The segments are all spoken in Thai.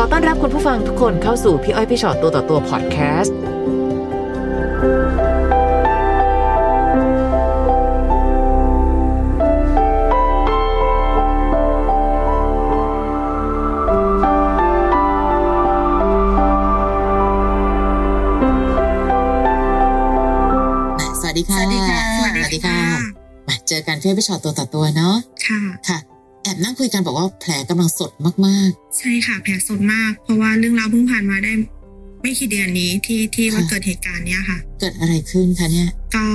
อต้อนรับคุณผู้ฟังทุกคนเข้าสู่พี่อ้อยพี่ชอตตัวต่อตัวพอดแคสต์ สวัสดีค่ะ สวัสดีค่ะ มาเจอกันพี่อ้อยพี่ชอตตัวต่อตัวเนาะ ค่ะ ค่ะ แอบนั่งคุยกันบอกว่าแผลกำลังสดมาก ใช่ค่ะแผลสดมาก เพราะว่าเรื่องราวเพิ่งผ่านมาได้ ไม่กี่เดือนนี้ที่ที่มันเกิดเหตุการณ์เนี้ยค่ะ ๆ เกิดอะไรขึ้นคะเนี่ย ก็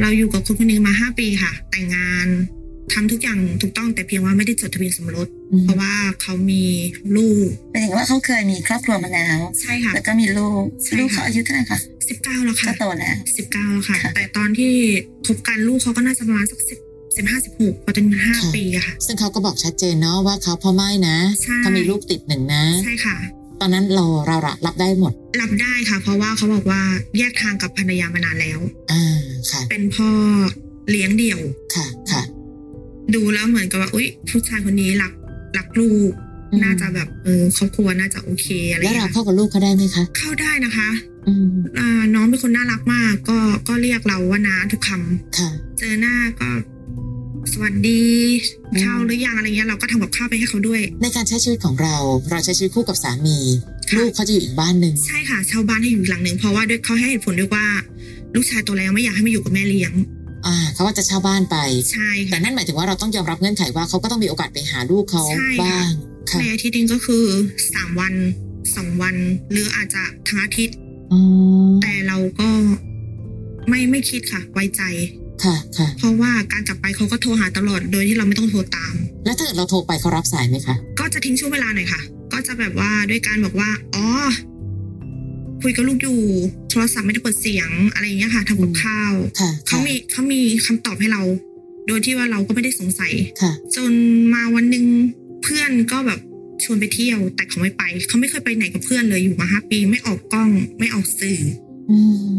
เราอยู่กับคนคนหนึงมาห้าปีค่ะ แต่งงานทำทุกอย่างถูกต้องแต่เพียงว่าไม่ได้จดทะเบียนสมรส อืม เพราะว่าเขามีลูก หมายถึงว่าเขาเคยมีครอบครัวมาแล้ว ใช่ค่ะ แล้วก็มีลูก ใช่ ลูก ค่ะ เขาอายุเท่าไหร่คะ สิบเก้าแล้วค่ะ ก็โตแล้ว สิบเก้าแล้วค่ะ ค่ะ แต่ตอนที่คบกันลูกเขาก็น่าจะประมาณสักสิบสิบห้าสิบหกพอจนห้า ค่ะ ปีอะค่ะ ซึ่งเขาก็บอกชัดเจนเนาะว่าเขาพ่อไม่ายนะ ใช่ เขามีลูกติดหนึ่งนะ ใช่ค่ะ ตอนนั้นเราเราละรับได้หมด รับได้ค่ะ เพราะว่าเขาบอกว่าแยกทางกับภรรยามานานแล้ว อ่า ค่ะ เป็นพ่อเลี้ยงเดี่ยว ค่ะ ค่ะ ดูแล้วเหมือนกับว่าอุ๊ยผู้ชายคนนี้รักรักลูก อืม น่าจะแบบเออครอบครัวน่าจะโอเคอะไรอ แล้ว ย่าง เรา เงี้ย เข้ากับลูกเขาได้ไหมคะ เข้าได้นะคะ อืม อ่าน้องเป็นคนน่ารักมาก ก็ก็เรียกเราว่าน้าทุกคำ ค่ะ เจอหน้าก็ สวัสดี อืม ข้าวหรือยังอะไรเงี้ยเราก็ทำกับข้าวไปให้เขาด้วย ในการใช้ชีวิตของเรา เราใช้ชีวิตคู่กับสามี ค่ะ ลูกเขาจะอยู่อีกบ้านหนึ่ง ใช่ค่ะชาวบ้านให้อยู่อีกหลังหนึ่งเพราะว่าด้วยเขาให้เหตุผลด้วยว่า ลูกชายตัวแล้วไม่อยากให้มาอยู่กับแม่เลี้ยง อ่า เขาว่าจะเช่าบ้านไป ใช่ แต่ ค่ะ นั่นหมายถึงว่าเราต้องยอมรับเงื่อนไขว่าเขาก็ต้องมีโอกาสไปหาลูกเขา ใช่ค่ะ บ้าง ค่ะ ในอาทิตย์หนึงก็คือสามวันสองวัน หรืออาจจะทั้งอาทิตย์ อ๋อ แต่เราก็ไม่ไม่คิดค่ะ ไว้ใจ ค่ะ ค่ะ เพราะว่าการกลับไปเขาก็โทรหาตลอดโดยที่เราไม่ต้องโทรตาม แล้วถ้าเกิดเราโทรไปเขารับสายไหมคะ ก็จะทิ้งช่วงเวลาหน่อยค่ะ ก็จะแบบว่าด้วยการบอกว่าอ๋อคุยกับลูกอยู่โทรศัพท์ไม่ได้เปิดเสียงอะไรอย่างเงี้ยค่ะทำกับข้าว ค่ะ เขา ค่ะ มีเขามีคำตอบให้เรา โดยที่ว่าเราก็ไม่ได้สงสัย ค่ะ จนมาวันหนึ่งเพื่อนก็แบบชวนไปเที่ยว แต่เขาไม่ไปเขาไม่เคยไปไหนกับเพื่อนเลยอยู่มาห้าปีไม่ออกกล้องไม่ออกสื่อ อืม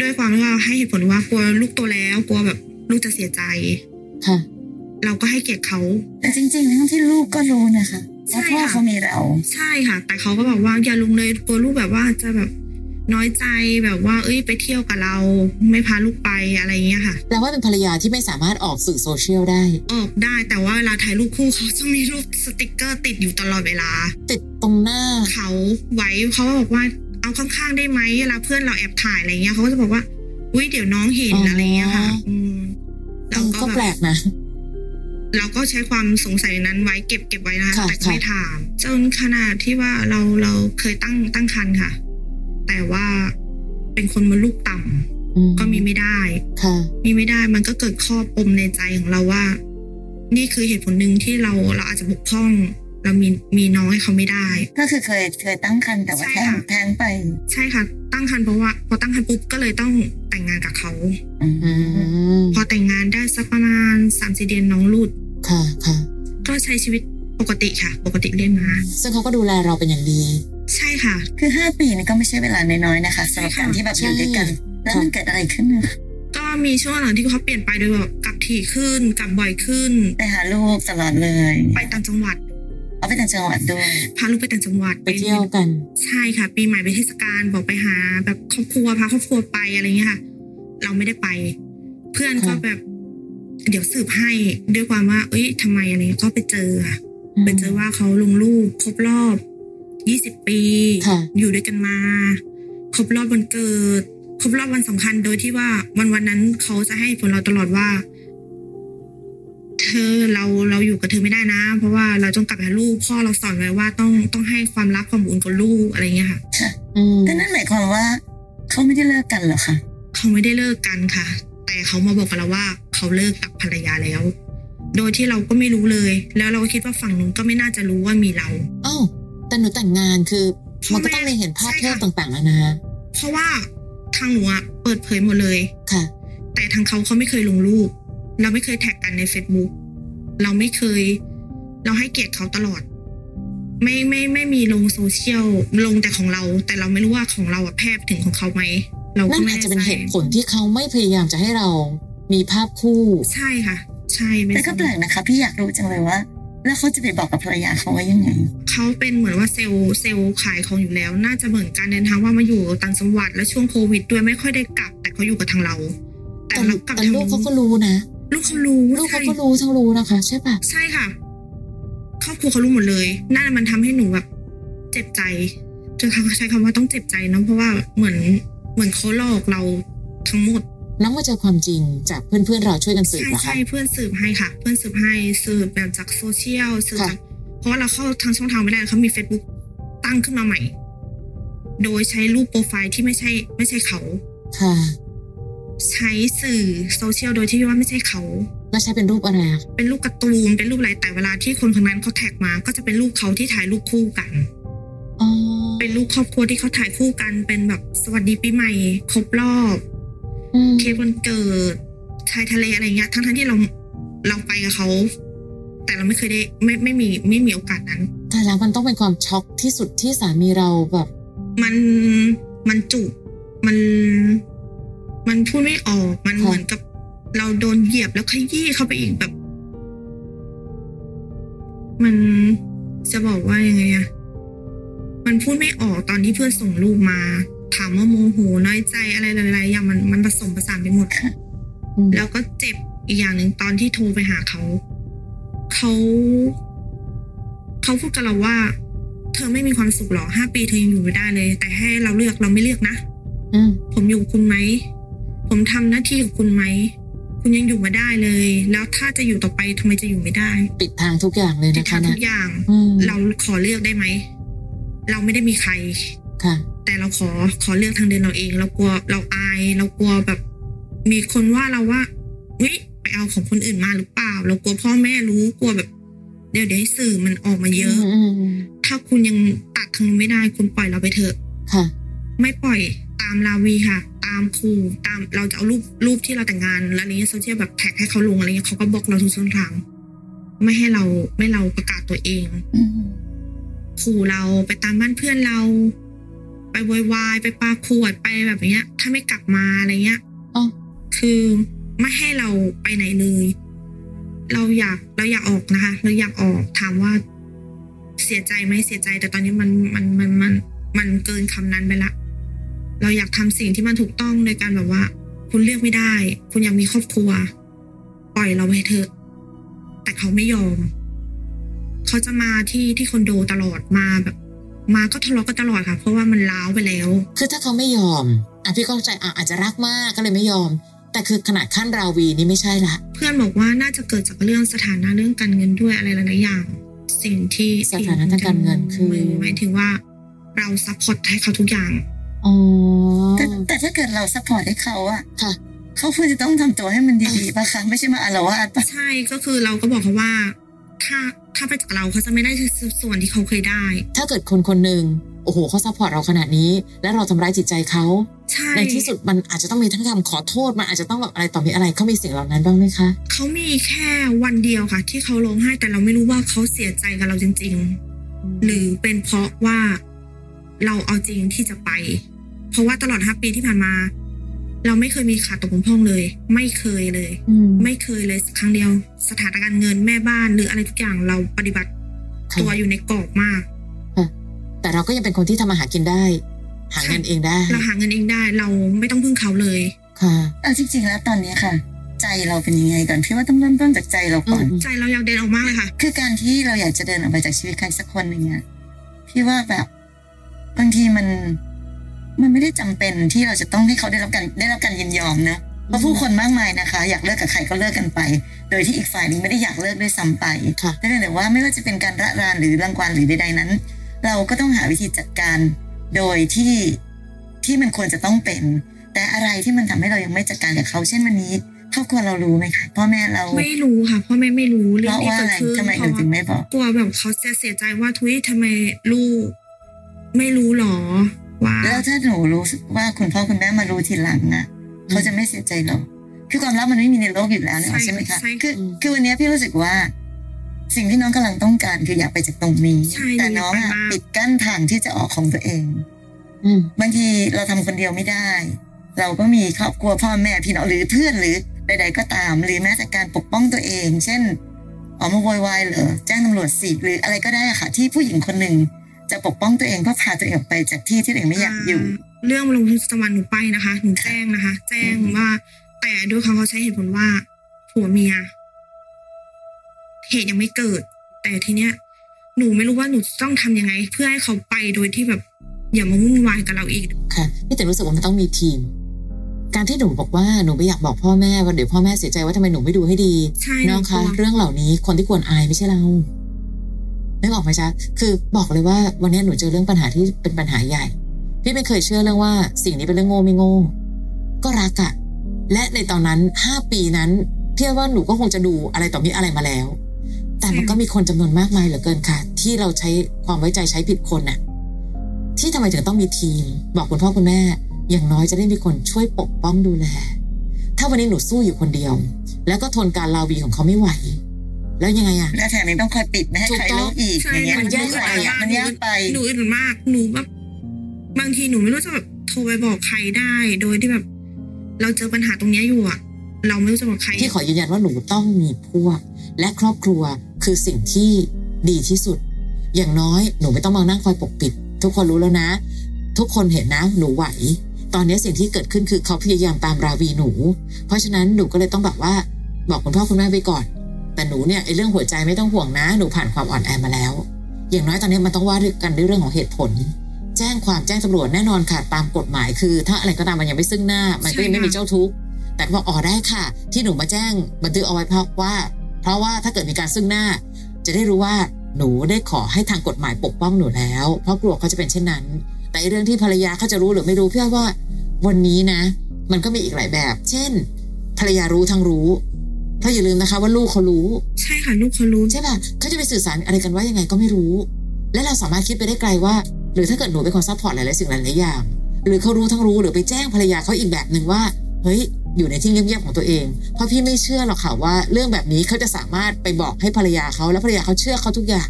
ด้วยความที่ว่าให้เหตุผลว่ากลัวลูกโตแล้วกลัวแบบลูกจะเสียใจ ค่ะ เราก็ให้เกียรติเขา แต่จริง ๆ ทั้งที่ลูกก็รู้นะคะ ใช่ ว่าพ่อ ค่ะ เขามีเรา ใช่ค่ะ แต่เขาก็บอกว่าอย่าลุงเลยกลัวลูกแบบว่าจะแบบน้อยใจแบบว่า เอ้ยไปเที่ยวกับเรา ไม่พาลูกไปอะไรอย่างเงี้ยค่ะ แปลว่าเป็นภรรยาที่ไม่สามารถออกสื่อโซเชียลได้ ออกได้แต่ว่าเวลาถ่ายรูปคู่เขาจะมีรูปสติกเกอร์ติดอยู่ตลอดเวลา ติดตรงหน้า เขาไว้เขาก็บอกว่าเอาข้างๆได้ไหมเวลาเพื่อนเราแอบถ่ายอะไรเงี้ยเขาก็จะบอกว่าอุ้ยเดี๋ยวน้องเห็น อ๋ออ อะไรเงี้ยค่ะอืมเรา เออ ก็ ก็ แบบ แปลกนะ เราก็ใช้ความสงสัยนั้นไว้เก็บเก็บไว้นะคะ ค่ะ แต่ก็ค่ะไม่ถามจนขนาดที่ว่าเราเราเคยตั้งตั้งครรภ์ค่ะ แต่ว่าเป็นคนมดลูกต่ำ อื ก็มีไม่ได้ ค่ะ มีไม่ได้มันก็เกิดข้อปมในใจของเราว่า นี่คือเหตุผลหนึ่งที่เราเราอาจจะบกพร่อง เรามีมีน้อยเขาไม่ได้ ก็คือเคยเคยตั้งครรภ์แต่ว่า ใช่ แท้ง ค่ะ แท้งไป ใช่ค่ะ ตั้งครรภ์เพราะว่าพอตั้งครรภ์ปุ๊บก็เลยต้องแต่งงานกับเขา อื อื ม ม พอแต่งงานได้สักประมาณสามสี่เดือนน้องหลุด ค่ะ ค่ะ ก็ใช้ชีวิตปกติค่ะ ปกติเรื่อยมา ซึ่งเขาก็ดูแลเราเป็นอย่างดี ใช่ค่ะ คือห้าปีนี่ก็ไม่ใช่เวลาน้อยๆนะคะสำหรับการที่แบบอยู่ด้วยกัน แล้วมันเกิดอะไรขึ้นนะ ก็มีช่วงหลังที่เขาเปลี่ยนไปโดยแบบกลับถี่ขึ้นกลับบ่อยขึ้น ไปหาลูกตลอดเลย ไปต่างจังหวัด เอาไปต่างจังหวัดด้วย พาลูกไปต่างจังหวัด ไปเที่ยวกัน ใช่ค่ะ ปีใหม่ไปเทศกาลบอกไปหา แบบครอบครัวพาครอบครัวไปอะไรเงี้ยค่ะ เราไม่ได้ไป เพื่อนก็ ค่ะ แบบ เดี๋ยวสืบให้ด้วยความว่า เอ้ยทำไมอะไรเงี้ยก็ไปเจอค่ะไปเจอว่าเขาลงรูปครบรอบ 20 ปี ค่ะ อยู่ด้วยกันมา ครบรอบวันเกิด ครบรอบวันสำคัญโดยที่ว่าวันวันนั้นเขาจะให้ผลเราตลอดว่า เธอเราเราอยู่กับเธอไม่ได้นะ เพราะว่าเราต้องกลับไปหาลูกพ่อเราสอนไว้ว่าต้องต้องให้ความรักความอบอุ่นกับลูกอะไรเงี้ยค่ะ อืม แต่นั่นหมายความว่าเขาไม่ได้เลิกกันเหรอคะ เขาไม่ได้เลิกกันค่ะ แต่เขามาบอกกับเราว่าเขาเลิกกับภรรยาแล้ว โดยที่เราก็ไม่รู้เลย แล้วเราก็คิดว่าฝั่งนู้นก็ไม่น่าจะรู้ว่ามีเรา อ้าว แต่หนูแต่งงานคือ มันก็ต้องมีเห็นภาพ ใช่ เพิ่ม ค่ะ ต่างๆแล้วนะ เพราะว่าทางหนูอะเปิดเผยหมดเลย ค่ะ แต่ทางเขาเขาไม่เคยลงรูป เราไม่เคยแท็กกันใน Facebook เราไม่เคย เราให้เกียรติเขาตลอด ไม่ไม่ไม่มีลงโซเชียลลงแต่ของเรา แต่เราไม่รู้ว่าของเราอะแพร่ไปถึงของเขาไหมเรา นั่ ก็ น ไม่ อาจ แน่ จะเป็น ใจ เหตุผลที่เขาไม่พยายามจะให้เรามีภาพคู่ ใช่ค่ะ ใช่ไม่ แต่ก็แปลกนะคะ พี่อยากรู้จังเลยว่า แล้วเขาจะไปบอกกับภรรยาเขาว่ายังไง เขาเป็นเหมือนว่าเซลล์เซลล์ขายของอยู่แล้ว น่าจะเหมือนการเดินทางว่ามาอยู่ต่างจังหวัดแล้วช่วงโควิดด้วยไม่ค่อยได้กลับ แต่เขาอยู่กับทางเรา แต่ แต่ เรากลับ แต่ ทาง ลูกเขาก็รู้นะ ลูกเขารู้ ลูกเขา ใช่ ก็รู้ทั้งรู้นะคะ ใช่ปะ ใช่ค่ะครอบครัวเขารู้หมดเลยนั่นมันทำให้หนูแบบ เจ็บใจจะใช้คำว่าต้องเจ็บใจนะเพราะว่าเหมือนเหมือนเขาหลอกเราทั้งหมด แล้วมาเจอความจริงจากเพื่อนๆเราช่วยกันสืบ ใช่ เหรอคะ ใช่เพื่อนสืบให้ค่ะ เพื่อนสืบให้สืบแบบจากโซเชียลสืบ ค่ะ จากเพราะว่าเราเข้าทางช่องทางไม่ได้เขามี Facebook ตั้งขึ้นมาใหม่ โดยใช้รูปโปรไฟล์ที่ไม่ใช่ ไม่ใช่เขา ค่ะ ใช้สื่อโซเชียลโดยที่ว่าไม่ใช่เขา แล้วใช้เป็นรูปอะไรอะ เป็นรูปการ์ตูนเป็นรูปอะไรแต่เวลาที่คนคนนั้นเขาแท็กมา ก็จะเป็นรูปเขาที่ถ่ายรูปคู่กัน อ๋อ เป็นรูปครอบครัวที่เขาถ่ายคู่กัน เป็นแบบสวัสดีปีใหม่ครบรอบ อืม เค้กวันเกิดชายทะเลอะไรเงี้ย ทั้งทั้งๆที่เราเราไปกับเขา แต่เราไม่เคยได้ไม่ไม่มีไม่มีโอกาสนั้น แต่แล้วมันต้องเป็นความช็อกที่สุดที่สามีเราแบบ มันมันจุกมันมันพูดไม่ออกมัน ค่ะ เหมือนกับ เราโดนเหยียบแล้วขยี้เข้าไปอีกแบบ มันจะบอกว่ายังไงอะมันพูดไม่ออกตอนที่เพื่อนส่งรูปมา ถามว่าโมโหน้อยใจอะไรหลายๆอย่างมันมันผสมผสานไปหมด อืม แล้วก็เจ็บอีกอย่างหนึ่งตอนที่โทรไปหาเขา เขาเขาพูดกับเราว่า เธอไม่มีความสุขหรอห้าปีเธอยังอยู่ไม่ได้เลย แต่ให้เราเลือกเราไม่เลือกนะ อืม ผมอยู่กับคุณไหม ผมทำหน้าที่กับคุณไหม คุณยังอยู่มาได้เลย แล้วถ้าจะอยู่ต่อไปทำไมจะอยู่ไม่ได้ ปิดทางทุกอย่างเลย ติด นะคะ ทางทุ นะ กอย่าง อืม เราขอเลือกได้ไหม เราไม่ได้มีใคร ค่ะ แต่เราขอขอเลือกทางเดินเราเองเรากลัวเราอาย เรากลัวแบบ มีคนว่าเราว่าวิไปเอาของคนอื่นมาหรือเปล่า เรากลัวพ่อแม่รู้กลัวแบบ เดี๋ยวเดี๋ยวให้สื่อมันออกมาเยอะ มมอืม ถ้าคุณยังตัดทางนี้ไม่ได้คุณปล่อยเราไปเถอะ ค่ะ ไม่ปล่อยตามลาวีค่ะ ตามครูตามเราจะเอารูปรูปที่เราแต่งงานแล้วอะไรเงี้ยโซเชียลแบบแท็กให้เขาลงอะไรเงี้ยเขาก็บล็อกเราทุกช่องทางไม่ให้เราไม่เราประกาศตัวเอง อืม ขู่เราไปตามบ้านเพื่อนเรา ไปโวยวายไปปาขวดไปแบบเนี้ย ถ้าไม่กลับมาอะไรเงี้ย อ้าว คือไม่ให้เราไปไหนเลย เราอยากเราอยากออกนะคะ เราอยากออกถามว่าเสียใจไหมเสียใจ แต่ตอนนี้มันมันมันมันมันเกินคำนั้นไปละ เราอยากทำสิ่งที่มันถูกต้องโดยการแบบว่า คุณเลือกไม่ได้ คุณอยากมีครอบครัว ปล่อยเราไปเถอะ แต่เขาไม่ยอม เขาจะมาที่ที่คอนโดตลอดมาแบบ มาก็ทะเลาะกันตลอดค่ะ เพราะว่ามันล้าวไปแล้ว คือถ้าเขาไม่ยอมอ่ะพี่ก็เข้าใจอ่ะอาจจะรักมากก็เลยไม่ยอม แต่คือขนาดขั้นราวีนี่ไม่ใช่ละ เพื่อนบอกว่าน่าจะเกิดจากเรื่องสถานะเรื่องการเงินด้วยอะไรหลายๆอย่าง สิ่งที่ สถานะทางการเงินคือ หมายถึงว่าเราซัพพอร์ตให้เขาทุก อย่าง อ๋อ แต่แต่ถ้าเกิดเราซัพพอร์ตให้เขาอะ ค่ะ เขาควรจะต้องทำตัวให้มันดีๆป่ะคะไม่ใช่มาอาละวาดป่ะ ใช่ก็คือเราก็บอกเขาว่า ถ้าถ้าไปจากเราเขาจะไม่ได้ส่วนที่เขาเคยได้ ถ้าเกิดคนคนหนึ่งโอ้โหเขาซัพพอร์ตเราขนาดนี้ และเราทำร้ายจิตใจเขา ใช่ ในที่สุดมันอาจจะต้องมีทั้งคำขอโทษมันอาจจะต้องแบบอะไรต่อมีอะไรเขามีสิ่งเหล่านั้นบ้างไหมคะ เขามีแค่วันเดียวค่ะ ที่เขาร้องไห้แต่เราไม่รู้ว่าเขาเสียใจกับเราจริง ๆ หรือเป็นเพราะว่าเราเอาจริงที่จะไป เพราะว่าตลอด 5 ปีที่ผ่านมา เราไม่เคยมีขาดตกบกพร่องเลย ไม่เคยเลย ม ไม่เคยเลยสักครั้งเดียว สถานการณ์เงินแม่บ้านหรืออะไรทุกอย่างเราปฏิบัติตัวอยู่ในกรอบมาก แต่เราก็ยังเป็นคนที่ทำมาหากินได้ หาเงินเองได้ เราหาเงินเองได้เราไม่ต้องพึ่งเขาเลย ค่ะ เอาจริงๆแล้วตอนนี้ค่ะ ใจเราเป็นยังไงก่อนพี่ว่าต้องเริ่มต้นจากใจเรา อื ก่อน ม ใจเราอยากเดินออกมากเลยค่ะ คือการที่เราอยากจะเดินออกไปจากชีวิตใครสักคนหนึ่งอะพี่ว่าแบบบางทีมัน มันไม่ได้จำเป็นที่เราจะต้องให้เขาได้รับการได้รับการยินยอมนะเพราะผู้คนมากมายนะคะ อยากเลิกกับใครก็เลิกกันไป โดยที่อีกฝ่ายหนึงไม่ได้อยากเลิกด้วยซ้ำไป ค่ะ แต่เนื่องจากว่าไม่ว่าจะเป็นการระรานหรือรังควานหรือใดๆนั้น เราก็ต้องหาวิธีจัดการ โดยที่ที่มันควรจะต้องเป็น แต่อะไรที่มันทำให้เรายังไม่จัดการกับเขาเช่นวันนี้ครอบครัวเรารู้ไหมคะพ่อแม่เรา ไม่รู้ค่ะพ่อแม่ไม่รู้เรื่ เพ อง ราะ ที่ ว่า เกิ อะ ด ไร ขึ้น ทำไม เพ ถึง ราะ ถึง ว่า ไม่บอก กลัวแบบเขาจะเสียใจว่าทุยทำไมลูก ไม่รู้หรอว่า แล้วถ้าหนูรู้สึกว่าคุณพ่อคุณแม่มารู้ทีหลังอ่ะ อืม เขาจะไม่เสียใจหรอกคือความลับมันไม่มีในโลกอยู่แล้วเนี่ยใช่ไหมคะ ใช่ คือ อืม คือวันเนี้ยพี่รู้สึกว่า สิ่งที่น้องกำลังต้องการคืออยากไปจากตรงนี้ ใช่ แต่น้อง อยากไปอ่ะมาก ปิดกั้นทางที่จะออกของตัวเอง อืม บางทีเราทำคนเดียวไม่ได้ เราก็มีครอบครัวพ่อแม่พี่น้องหรือเพื่อนหรือใด ๆ ก็ตาม หรือแม้แต่การปกป้องตัวเอง เช่น ออกมาโวยวายเหรอแจ้งตำรวจสิหรืออะไรก็ได้ค่ะ ที่ผู้หญิงคนหนึ่งจะปกป้องตัวเองเพื่อพาตัวเองออกไปจากที่ที่ตัวเองไม่อยากอยู่ เรื่องมาลงทุนสวรรค์หนูไปนะคะ หนูแจ้งนะคะ แจ้งว่า แต่ด้วยเขาเขาใช้เหตุผลว่าผัวเมีย เหตุยังไม่เกิด แต่ทีเนี้ย หนูไม่รู้ว่าหนูต้องทำยังไง เพื่อให้เขาไปโดยที่แบบ อย่ามาวุ่นวายกับเราอีก ค่ะนี่แต่รู้สึกว่ามันต้องมีทีม การที่หนูบอกว่าหนูไม่อยากบอกพ่อแม่ว่าเดี๋ยวพ่อแม่เสียใจว่าทำไมหนูไม่ดูให้ดี ใช่ น้อง หก คะ ลัว เรื่องเหล่านี้คนที่ควรอายไม่ใช่เรานึกออกไหมจ๊ะคือบอกเลยว่าวันนี้หนูเจอเรื่องปัญหาที่เป็นปัญหาใหญ่ พี่ไม่เคยเชื่อเรื่องว่าสิ่งนี้เป็นเรื่องโง่ไม่โง่ ก็รักอะและในตอนนั้นห้าปีนั้นเพี่ว่าหนูก็คงจะดูอะไรต่อมีอะไรมาแล้ว แต่มัน ใช่ ก็มีคนจำนวนมากมายเหลือเกินค่ะ ที่เราใช้ความไว้ใจใช้ผิดคนน่ะ ที่ทำไมถึงต้องมีทีม บอกคุณพ่อคุณแม่ อย่างน้อยจะได้มีคนช่วยปกป้องดูแล ถ้าวันนี้หนูสู้อยู่คนเดียว แล้วก็ทนการลาวีของเขาไม่ไหว แล้วยังไงอะ และแถมยังต้องคอยปิดไม่ให้ใครรู้อีก ใช่ อย่างเงี้ย มั มันยายนาก ก ไป ไป อะ อ่ะมันยากไป หนูอึดมาก หนูแบบบางทีหนูไม่รู้จะแบบโทรไปบอกใครได้ โดยที่แบบ เราเจอปัญหาตรงเนี้ยอยู่อะเราไม่รู้จะบอกใคร พี่ขอยืนยันว่าหนูต้องมีพวก และครอบครัวคือสิ่งที่ดีที่สุด อย่างน้อยหนูไม่ต้องมานั่งคอยปกปิด ทุกคนรู้แล้วนะ ทุกคนเห็นนะหนูไหว ตอนนี้สิ่งที่เกิดขึ้นคือเขาพยายามตามราวีหนู เพราะฉะนั้นหนูก็เลยต้องแบบว่า บอกคุณพ่อคุณแม่ไปก่อน แต่หนูเนี่ยไอ้เรื่องหัวใจไม่ต้องห่วงนะหนูผ่านความอ่อนแอมาแล้ว อย่างน้อยตอนนี้มันต้องว่าด้วยกันด้วยเรื่องของเหตุผล แจ้งความแจ้งตำรวจแน่นอนค่ะตามกฎหมายคือ ถ้าอะไรก็ตามมันยังไม่ซึ่งหน้า มันก็ยังไม่มีเจ้าทุกข์ แต่ก็บอกอ๋อได้ค่ะ ที่หนูมาแจ้งบันทึกเอาไว้เพราะว่า เพราะว่าถ้าเกิดมีการซึ่งหน้า จะได้รู้ว่าหนูได้ขอให้ทางกฎหมายปกป้องหนูแล้ว เพราะกลัวเขาจะเป็นเช่นนั้น แต่ไอ้เรื่องที่ภรรยาเขาจะรู้หรือไม่รู้เพื่อว่า วันนี้นะ มันก็มีอีกหลายแบบ เช่น ภรรยารู้ทั้งรู้เพราะอย่าลืมนะคะ ว่าลูกเขารู้ ใช่ค่ะลูกเขารู้ ใช่ป่ะเขาจะไปสื่อสารอะไรกันว่ายังไงก็ไม่รู้ และเราสามารถคิดไปได้ไกลว่า หรือถ้าเกิดหนูเป็นคนซัพพอร์ตหลายๆสิ่งหลายๆอย่าง หรือเขารู้ทั้งรู้หรือไปแจ้งภรรยาเขาอีกแบบหนึ่งว่า เฮ้ย อยู่ในที่เงียบๆของตัวเอง เพราะพี่ไม่เชื่อหรอกค่ะว่า เรื่องแบบนี้เขาจะสามารถไปบอกให้ภรรยาเขาและภรรยาเขาเชื่อเขาทุกอย่าง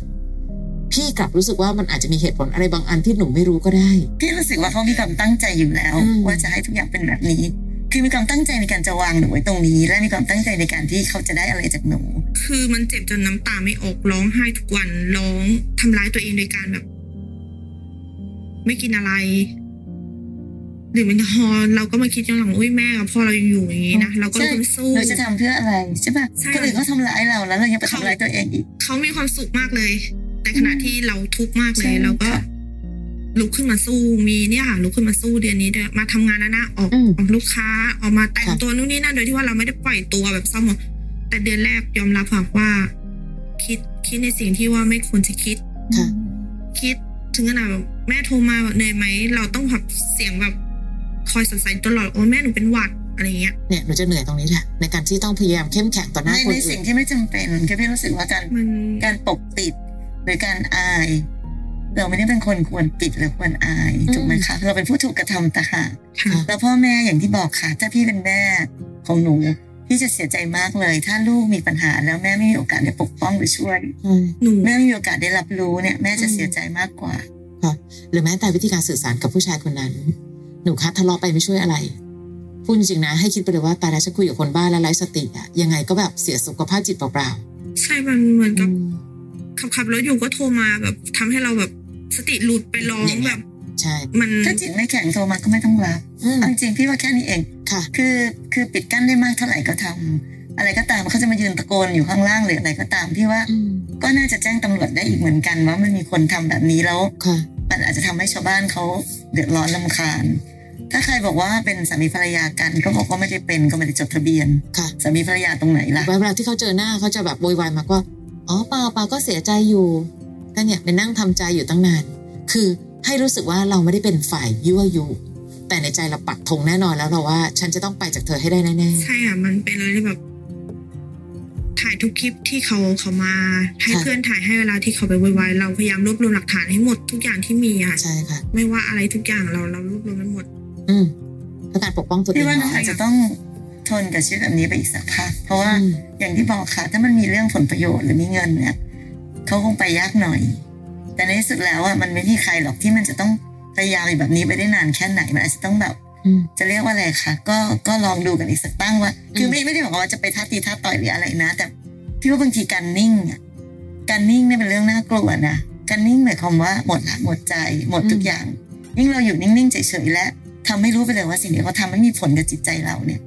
พี่กลับรู้สึกว่ามันอาจจะมีเหตุผลอะไรบางอันที่หนูไม่รู้ก็ได้ พี่รู้สึกว่าเขามีความตั้งใจอยู่แล้ว อืม ว่าจะให้ทุกอย่างเป็นแบบนี้ คือมีความตั้งใจในการจะวางหนูไว้ตรงนี้ และมีความตั้งใจในการที่เขาจะได้อะไรจากหนู คือมันเจ็บจนน้ำตาไม่ออกร้องไห้ทุกวันร้องทำร้ายตัวเองโดยการแบบ ไม่กินอะไรดื่มแอลกอฮอล์เราก็มาคิดย้อนหลังอุ้ยแม่กับพ่อเรายังอยู่อย่างนี้นะเราก็เลยต้องสู้ เราจะทำเพื่ออะไรใช่ปะ ใช่ คนอื่นเขาทำร้ายเราแล้วเรายังไปทำร้ายตัวเองอีก เขามีความสุขมากเลย แต่ขณะที่เราทุกข์มากเล ใช่ ย เราก็ ค่ะ ลุกขึ้นมาสู้มีเนี่ยค่ะลุกขึ้นมาสู้เดือนนี้เดือนมาทำงานแล้วนะออก อืม ออกลูกค้าออกมาแต่ง ค่ะ ตัวนู่นนี่นั่นโดยที่ว่าเราไม่ได้ปล่อยตัวแบบซ่อมหมดแต่เดือนแรกยอมรับค่ะว่า คิดคิดในสิ่งที่ว่าไม่ควรจะคิด ค่ะ คิดถึงขนาดแบบแม่โทรมาแบบเหนื่อยไหม เราต้องแบบเสียงแบบคอยสนใสตลอดโอ้แม่หนูเป็นหวัดอะไรเงี้ย เนี่ยหนูจะเหนื่อยตรงนี้แหละในการที่ต้องพยายามเข้มแข็งต่อห ใน น้าคน ใน อื่ สิ่ง น ที่ไม่จำเป็นคือพี่รู้สึกว่าการ มัน การปกปิดหรือการอาย เราไม่ได้เป็นคนควรปิดหรือควรอายถูกไหมคะเราเป็นผู้ถูกกระทำต่างหาก ค่ะ แล้วพ่อแม่อย่างที่บอกค่ะ ถ้าพี่เป็นแม่ของหนู พี่จะเสียใจมากเลย ถ้าลูกมีปัญหาแล้วแม่ไม่มีโอกาสได้ปกป้องหรือช่วย อืม หนู แม่ไม่มีโอกาสได้รับรู้เนี่ยแม่จะเสียใจมากกว่า หรือแม้แต่วิธีการสื่อสารกับผู้ชายคนนั้น หนูคะทะเลาะไปไม่ช่วยอะไร พูดจริงๆนะ ให้คิดไปเลยว่าตายแล้วฉันคุยกับคนบ้าและไร้สติอะยังไงก็แบบเสียสุขภาพจิตเปล่า ใช่มันเหมือน ๆ กับ อืม ขับขับรถอยู่ก็โทรมาแบบทำให้เราแบบสติหลุดไปร้อง อย่างเงี้ แบ ย บ ใช่ มัน ถ้าจิตไม่แข็งโทรมาก็ไม่ต้องรับ อืม เอาจริงๆพี่ว่าแค่นี้เอง ค่ะ คือคือปิดกั้นได้มากเท่าไหร่ก็ทำอะไรก็ตามเขาจะมายืนตะโกนอยู่ข้างล่างหรืออะไรก็ตามพี่ว่า อืม ก็น่าจะแจ้งตำรวจได้อีกเหมือนกันว่ามันมีคนทำแบบนี้แล้ว ค่ะ มันอาจจะทำให้ชาวบ้านเขาเดือดร้อนลำคาญ ถ้าใครบอกว่าเป็นสามีภรรยากันก็บอกว่าไม่ได้เป็นก็ไม่ได้จดทะเบียน ค่ะ สามีภรรยาตรงไหนล่ะ เวลาที่เขาเจอหน้าเขาจะแบบโวยวายมากว่าอ๋อเปล่าเปล่าก็เสียใจอยู่ก็เนี่ยไปนั่งทำใจอยู่ตั้งนาน คือให้รู้สึกว่าเราไม่ได้เป็นฝ่ายยั่วยุแต่ในใจเราปักธงแน่นอนแล้วเราว่า ฉันจะต้องไปจากเธอให้ได้แน่ๆ ใช่อ่ะ มันเป็นอะไรที่แบบ ถ่ายทุกคลิปที่เขาเขามา ให้ ค่ะ เพื่อนถ่ายให้เวลาที่เขาไปโวยวายเราพยายามรวบรวมหลักฐานให้หมดทุกอย่างที่มีอ่ะ ใช่ค่ะ ไม่ว่าอะไรทุกอย่างเราเรารวบรวมมันหมด อืมเพื่อการปกป้องตัวเอง พี่ว่าน้อง เนาะ อาจจะต้องทนกับชีวิตแบบนี้ไปอีกสักพัก เพราะว่า อืม อย่างที่บอกค่ะ ถ้ามันมีเรื่องผลประโยชน์หรือมีเงินเนี่ยเขาคงไปยากหน่อย แต่ในที่สุดแล้วอ่ะมันไม่มีใครหรอกที่มันจะต้องพยายามอยู่แบบนี้ไปได้นานแค่ไหนมันอาจจะต้องแบบ อืม จะเรียกว่าอะไรคะก็ก็ลองดูกันอีกสักตั้งว่า คืออ ม ไม่ไม่ได้บอกว่าจะไปท้าตีท้าต่อยหรืออะไรนะ แต่ พี่ว่าบางทีการนิ่งอะการนิ่งเนี่ยเป็นเรื่องน่ากลัวนะการนิ่งหมายความว่าหมดละหมดใจ หมดทุกอย่าง ยิ่งเราอยู่นิ่งๆเฉยๆและทำไม่รู้ไปเลยว่าสิ่งที่เขาทำไม่มีผลกับจิตใจเราเนี่ย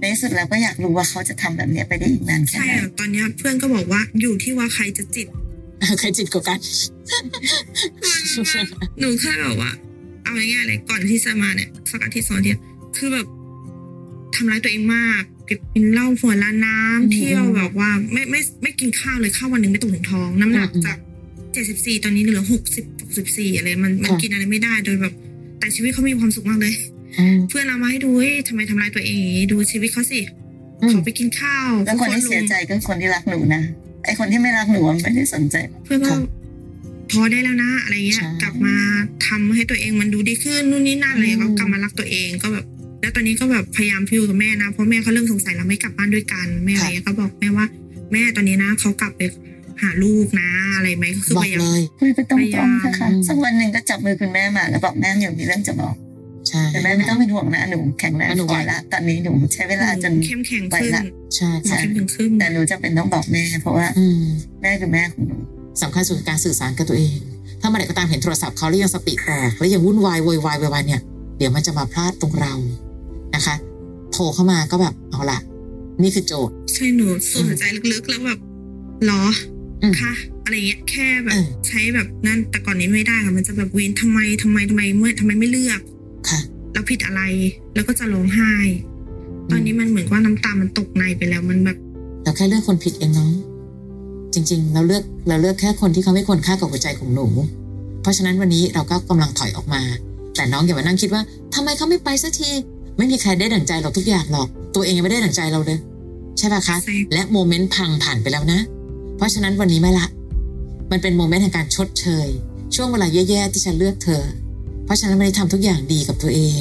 ในที่สุดเราก็อยากรู้ว่าเขาจะทำแบบเนี้ยไปได้อีกนานแค่ ใช่ ไหน อะตอนเนี้ยเพื่อนก็บอกว่าอยู่ที่ว่าใครจะจิต ใครจิตกว่ากัน หนูแค่แบบว่า เอาง่ายๆเลยก่อนที่จะมาเนี่ยสักอาทิตย์สองอาทิตย์คือแบบทำร้ายตัวเองมากเก็บกินเหล้าหัวละน้ำ อืม เที่ยวแบบว่าไม่ไม่ไม่กินข้าวเลยข้าววันหนึ่งไม่ตกถึงท้อง น้ำหนัก อืม จากเจ็ดสิบสี่ตอนนี้เหลือหกสิบหกสิบสี่อะไรมันมัน ค่ะ กินอะไรไม่ได้โดยแบบ แต่ชีวิตเขามีความสุขมากเลย อืม เพื่อนเรามาให้ดูเฮ้ยทำไมทำร้ายตัวเองอย่างงี้ดูชีวิตเขาสิ อืม เขาไปกินข้าว แล้วคนที่ ขา เสียใจก็คือคนที่รักหนูนะไอคนที่ไม่รักหนูอะไม่ได้สนใจ เพื่อนก็พอได้แล้วนะ อะไรเงี้ย ใช่ กลับมาทำให้ตัวเองมันดูดีขึ้นนู่นนี่นั่นอะไร อืม ก็กลับมารักตัวเองก็แบบ แล้วตอนนี้ก็แบบพยายามพิวกับแม่นะเพราะแม่เขาเริ่มสงสัยเราไม่กลับบ้านด้วยกันแม่อะไรเงี้ยก็บอกแม่ว่า แม่ตอนนี้นะเขากลับไปหาลูกนะอะไรไหมก็คือ บอก พยายาม เลย คุยไปตรงๆนะคะ อืม สักวันหนึ่งก็จับมือคุณแม่มาแล้วบอกแม่หนูมีเรื่องจะบอก ใช่ แต่แม่ไม่ต้องเป็นห่วงนะหนูแข็งแรง หนูไหว พอละตอนนี้หนูใช้เวลาจน เข้มแข็ง ไป ขึ้น ละ ใช่ค่ะใช่เข้มแข็งขึ้น แต่หนูจำเป็นต้องบอกแม่ เพราะว่า อืม แม่คือแม่ของหนู สำคัญสุดคือการสื่อสารกับตัวเอง ถ้าเมื่อไหร่ก็ตามเห็นโทรศัพท์เขาแล้วยังสติแตกแล้วยังวุ่นวายโวยวายโวยวายเนี่ย เดี๋ยวมันจะมาพลาดตรงเรานะคะ โทรเข้ามาก็แบบเอาละนี่คือโจทย์ ใช่หนูสูดหายใจลึกๆแล้วแบบหรอ อืม ค่ะอะไรเงี้ยแค่แบ เอบ อ ใช้แบบนั้นแต่ก่อนนี้ไม่ได้ค่ะมันจะแบบเวียนทำไมทำไมทำไมเมื่อทำไมไม่เลือก ค่ะ เราผิดอะไร แล้วก็จะร้องไห้ ตอนนี้มันเหมือนว่าน้ำตามันตกในไปแล้วมันแบบ เราแค่เลือกคนผิดเองน้อง จริง ๆ เราเลือกเราเลือกแค่คนที่เขาไม่ควรค่ากับหัวใจของหนู เพราะฉะนั้นวันนี้เราก็กำลังถอยออกมา แต่น้องอย่ามานั่งคิดว่าทำไมเขาไม่ไปสักที ไม่มีใครได้ดั่งใจเราทุกอย่างหรอก ตัวเองยังไม่ได้ดั่งใจเราเลย ใช่ปะคะ แซ่บ และโมเมนต์พังผ่านไปแล้วนะ เพราะฉะนั้นวันนี้ไม่ละ มันเป็นโมเมนต์แห่งการชดเชย ช่วงเวลาแย่ๆที่ฉันเลือกเธอ เพราะฉะนั้นวันนี้ทำทุกอย่างดีกับตัวเอง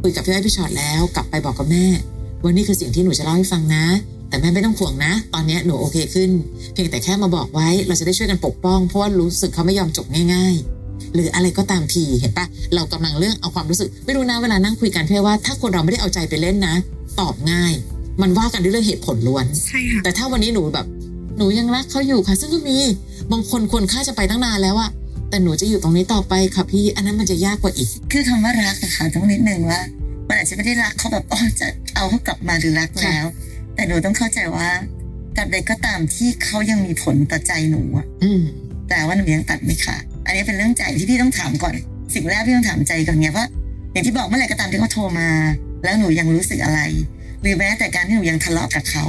คุยกับพี่อ้อยพี่ชอตแล้ว กลับไปบอกกับแม่ วันนี้คือสิ่งที่หนูจะเล่าให้ฟังนะ แต่แม่ไม่ต้องห่วงนะ ตอนนี้หนูโอเคขึ้น เพียงแต่แค่มาบอกไว้ เราจะได้ช่วยกันปกป้อง เพราะว่ารู้สึกเขาไม่ยอมจบง่าย ๆ หรืออะไรก็ตามทีเห็นปะเรากำลังเรื่องเอาความรู้สึก ไม่รู้นะเวลานั่งคุยกันเพื่อว่า ถ้าคนเราไม่ได้เอาใจไปเล่นนะ ตอบง่าย มันว่ากันด้วยเรื่องเหตุผลล้วน ใช่ค่ะ แต่ถ้าวันนี้หนูแบบ หนูยังรักเขาอยู่ค่ะ ซึ่งก็มีบางคนควรค่าจะไปตั้งนานแล้วอะแต่หนูจะอยู่ตรงนี้ต่อไปค่ะพี่ อันนั้นมันจะยากกว่าอีก คือคำว่ารักนะคะต้องนิดนึงว่ามันอาจจะไม่ได้รักเขาแบบอ๋อจะเอาเขากลับมาหรือรักแล้ว แต่หนูต้องเข้าใจว่าตัดใดก็ตามที่เขายังมีผลต่อใจหนูอะ อืม แต่ว่าหนูยังตัดไม่ขาดอันนี้เป็นเรื่องใจที่พี่ต้องถามก่อน สิ่งแรกพี่ต้องถามใจก่อนไงว่าอย่างที่บอกเมื่อไหร่ก็ตามที่เขาโทรมา แล้วหนูยังรู้สึกอะไร หรือแม้แต่การที่หนูยังทะเลาะกับเขา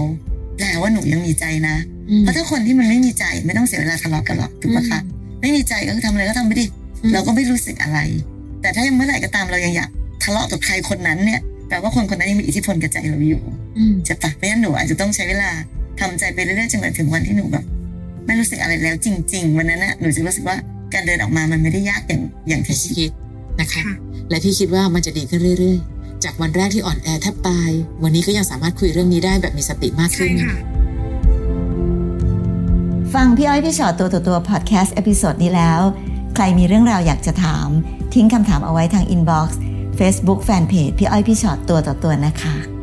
แปลว่าหนูยังมีใจนะ อืม เพราะถ้าคนที่มันไม่มีใจไม่ต้องเสียเวลาทะเลาะกันหรอกถูกปะคะไม่มีใจก็ทำอะไรก็ทำไปดิ อืม เราก็ไม่รู้สึกอะไร แต่ถ้าเมื่อไหร่ก็ตามเรายังอยากทะเลาะกับใครคนนั้นเนี่ย แปลว่าคนคนนั้นยังมีอิทธิพลกับใจเราอยู่ อืม ใช่ปะเพราะฉะนั้นหนูอาจจะต้องใช้เวลาทำใจไปเรื่อยๆจนกว่าถึงวันที่หนูแบบไม่รู้สึกอะไรแล้วจริง ๆ วันนั้นน่ะหนูจะรู้สึกว่าการเดินออกมามันไม่ได้ยากอย่างอย่างที่ ที่ คิด คิดนะคะ ค่ะ และพี่คิดว่ามันจะดีขึ้นเรื่อย ๆ จากวันแรกที่อ่อนแอแทบตาย วันนี้ก็ยังสามารถคุยเรื่องนี้ได้แบบมีสติมาก ใช่ ขึ้น ค่ะ ฟังพี่อ้อยพี่ชอตตัวต่อตัวพอดแคสต์เอพิโซดนี้แล้ว ใครมีเรื่องราวอยากจะถาม ทิ้งคำถามเอาไว้ทางอินบ็อกซ์เฟซบุ๊กแฟนเพจพี่อ้อยพี่ชอตตัวต่อตัวนะคะ